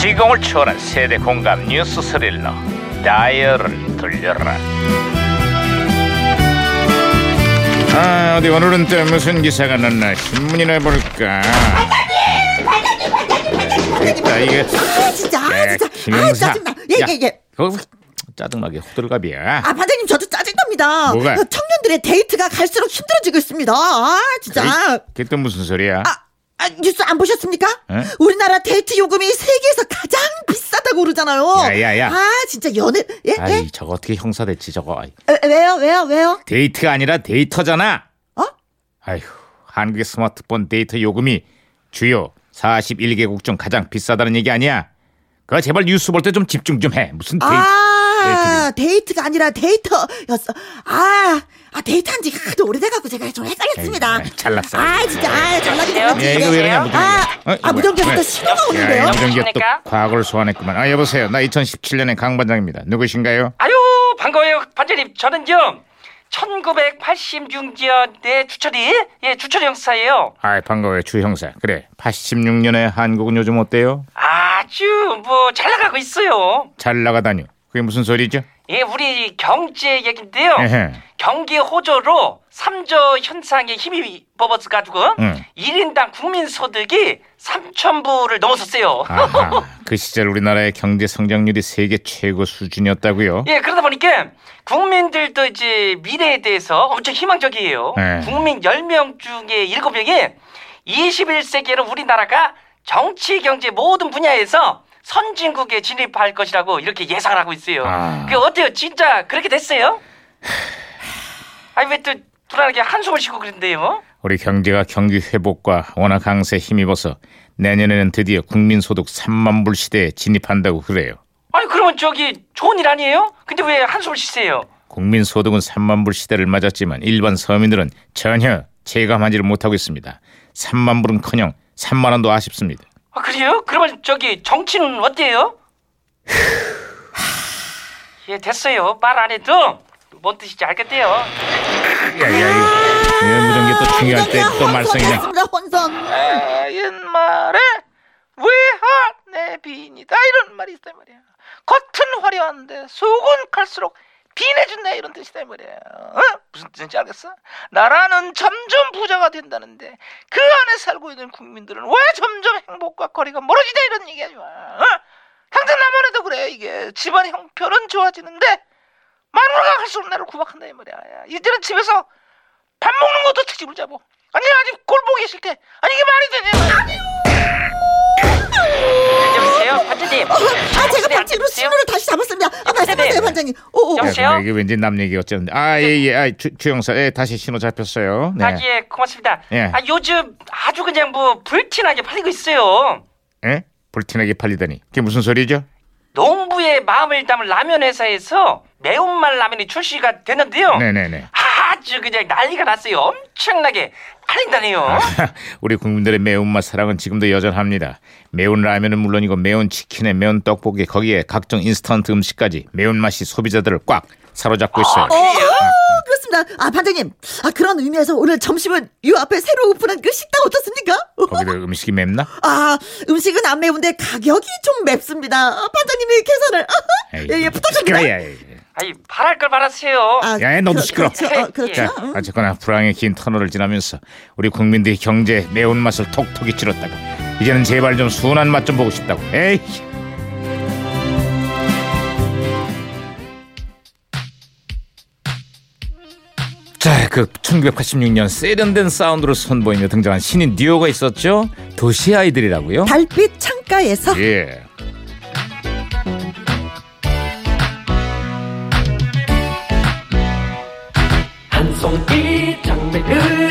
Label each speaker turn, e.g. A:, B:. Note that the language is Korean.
A: 주인공을 초월한 세대 공감 뉴스 스릴러 다이얼을 돌려라
B: 아 어디 오늘은 또 무슨 기사가 났나 신문이나 볼까 자 이게
C: 아 진짜 아
B: 야,
C: 진짜 아
B: 예, 김영사
C: 짜증나 예예예
B: 야, 그거 어, 짜증나게 호들갑이야
C: 아 반장님 저도 짜증납니다 그
B: 뭐가?
C: 청년들의 데이트가 갈수록 힘들어지고 있습니다 아 진짜
B: 그게 또 무슨 소리야
C: 아, 아, 뉴스 안 보셨습니까?
B: 에?
C: 우리나라 데이트 요금이 세계에서 가장 비싸다고 그러잖아요
B: 야, 야, 야.
C: 아 진짜 연애 예?
B: 아이 저거 어떻게 형사 됐지 저거 아이,
C: 예? 에, 왜요 왜요 왜요
B: 데이트가 아니라 데이터잖아
C: 어?
B: 아휴 한국의 스마트폰 데이터 요금이 주요 41개국 중 가장 비싸다는 얘기 아니야 그거 제발 뉴스 볼 때 좀 집중 좀 해 무슨 데이터
C: 아 데이트가 아니라 데이터였어 아, 아 데이트한 지가 하도 오래돼갖고 제가 좀 헷갈렸습니다
B: 에이, 잘났어.
C: 아 진짜 아 잘나게
B: 야,
C: 잘났지
B: 예, 이거 왜 이러냐,
C: 아,
B: 무전기가. 어, 이거
C: 아 무전기에서
B: 뭐야?
C: 또 신호가
B: 야,
C: 오는데요
B: 이정기가 또
D: 안녕하십니까?
B: 과거를 소환했구만. 아 여보세요. 나 2017년의 강 반장입니다. 누구신가요?
D: 아유 반가워요 반장님 저는요 1986년 내 주철이 예 주철이 형사예요
B: 아 반가워요 주 형사. 그래. 86년의 한국은 요즘 어때요?
D: 아주 뭐 잘 나가고 있어요
B: 잘 나가다니. 그게 무슨 소리죠?
D: 예 우리 경제 얘긴데요
B: 에헤.
D: 경기 호조로 삼조 현상에 힘이 뽑아서 가지고
B: 응.
D: 일인당 국민 소득이 3,000불을 넘었었어요
B: 아하. 그 시절 우리나라의 경제 성장률이 세계 최고 수준이었다고요.
D: 예, 그러다 보니까 국민들도 이제 미래에 대해서 엄청 희망적이에요.
B: 네.
D: 국민 10명 중에 7명이 21세기에는 우리나라가 정치, 경제 모든 분야에서 선진국에 진입할 것이라고 이렇게 예상을 하고 있어요.
B: 아.
D: 그게 어때요? 진짜 그렇게 됐어요? 아니, 왜 또 불안하게 한숨을 쉬고 그런데요?
B: 우리 경제가 경기 회복과 원화 강세에 힘입어서 내년에는 드디어 국민소득 3만 불 시대에 진입한다고 그래요.
D: 아니, 그러면 저기 좋은 일 아니에요? 근데 왜 한숨을 쉬세요?
B: 국민소득은 3만 불 시대를 맞았지만 일반 서민들은 전혀 체감하지를 못하고 있습니다. 3만 불은커녕 3만 원도 아쉽습니다.
D: 아, 그래요? 그러면 저기 정치는 어때요? 예, 됐어요. 말 안 해도 뭔 뜻인지 알겠대요.
B: 야야 이거 예, 무전기
C: 아,
B: 또 중요할 때 또
C: 혼선이었습니다,
B: 말썽이
D: 아,
B: 그냥
C: 혼선
E: 옛말에 외화내 비인이다 이런 말이 있다 이 말이야 겉은 화려한데 속은 갈수록 비내준다 이런 뜻이다 이 말이야 어? 무슨 뜻인지 알겠어? 나라는 점점 부자가 된다는데 그 안에 살고 있는 국민들은 왜 점점 행복과 거리가 멀어지다 이런 얘기 하지 마 어? 당장 나만 해도 그래 이게 집안 형편은 좋아지는데 마누라가 갈수록 나를 구박한다 이 말이야 야, 이제는 집에서 밥 먹는 것도 특집을 잡어 아니 아직 꼴보기 싫대 아니 이게 말이 되냐 아니
D: 여보세요, 반장님.
C: 아 제가 반칙으로
D: 여보세요?
C: 신호를 다시 잡았습니다 아 말씀하세요
D: 네.
C: 반장님 오오
B: 야,
D: 여보세요?
B: 그럼 네, 이게 왠지 남 얘기 어쩌는데 아예예 아, 주, 주 형사 예, 다시 신호 잡혔어요.
D: 아,
B: 네.
D: 예, 고맙습니다.
B: 예.
D: 아, 요즘 아주 그냥 뭐 불티나게 팔리고 있어요.
B: 예? 불티나게 팔리다니 그게 무슨 소리죠?
D: 농부의 마음을 담은 라면 회사에서 매운맛 라면이 출시가 됐는데요.
B: 네네네.
D: 아주 그냥 난리가 났어요. 엄청나게 팔린다네요.
B: 아. 우리 국민들의 매운맛 사랑은 지금도 여전합니다. 매운 라면은 물론이고 매운 치킨에 매운 떡볶이 거기에 각종 인스턴트 음식까지 매운맛이 소비자들을 꽉 사로잡고 있어요.
C: 그렇습니다 아 반장님 아 그런 의미에서 오늘 점심은 요 앞에 새로 오픈한 그 식당 어떻습니까
B: 거기도 음식이 맵나?
C: 아 음식은 안 매운데 가격이 좀 맵습니다 아, 반장님이 계산을
B: 에이,
C: 예예 부탁드립니다
B: 시끄러워, 야, 야,
D: 아니, 바랄 걸 바라세요.
C: 아,
B: 야, 야, 너무
C: 그-
B: 시끄러.
C: 그렇죠, 어, 그렇죠.
B: 야.
C: 음.
B: 자, 어쨌거나 불황의 긴 터널을 지나면서 우리 국민들이 경제의 매운맛을 톡톡이 치렀다고. 이제는 제발 좀 순한 맛 좀 보고 싶다고. 에이. 자, 그 1986년 세련된 사운드로 선보이며 등장한 신인 듀오가 있었죠. 도시 아이들이라고요.
C: 달빛 창가에서
B: 예.
F: 한 송이 장미를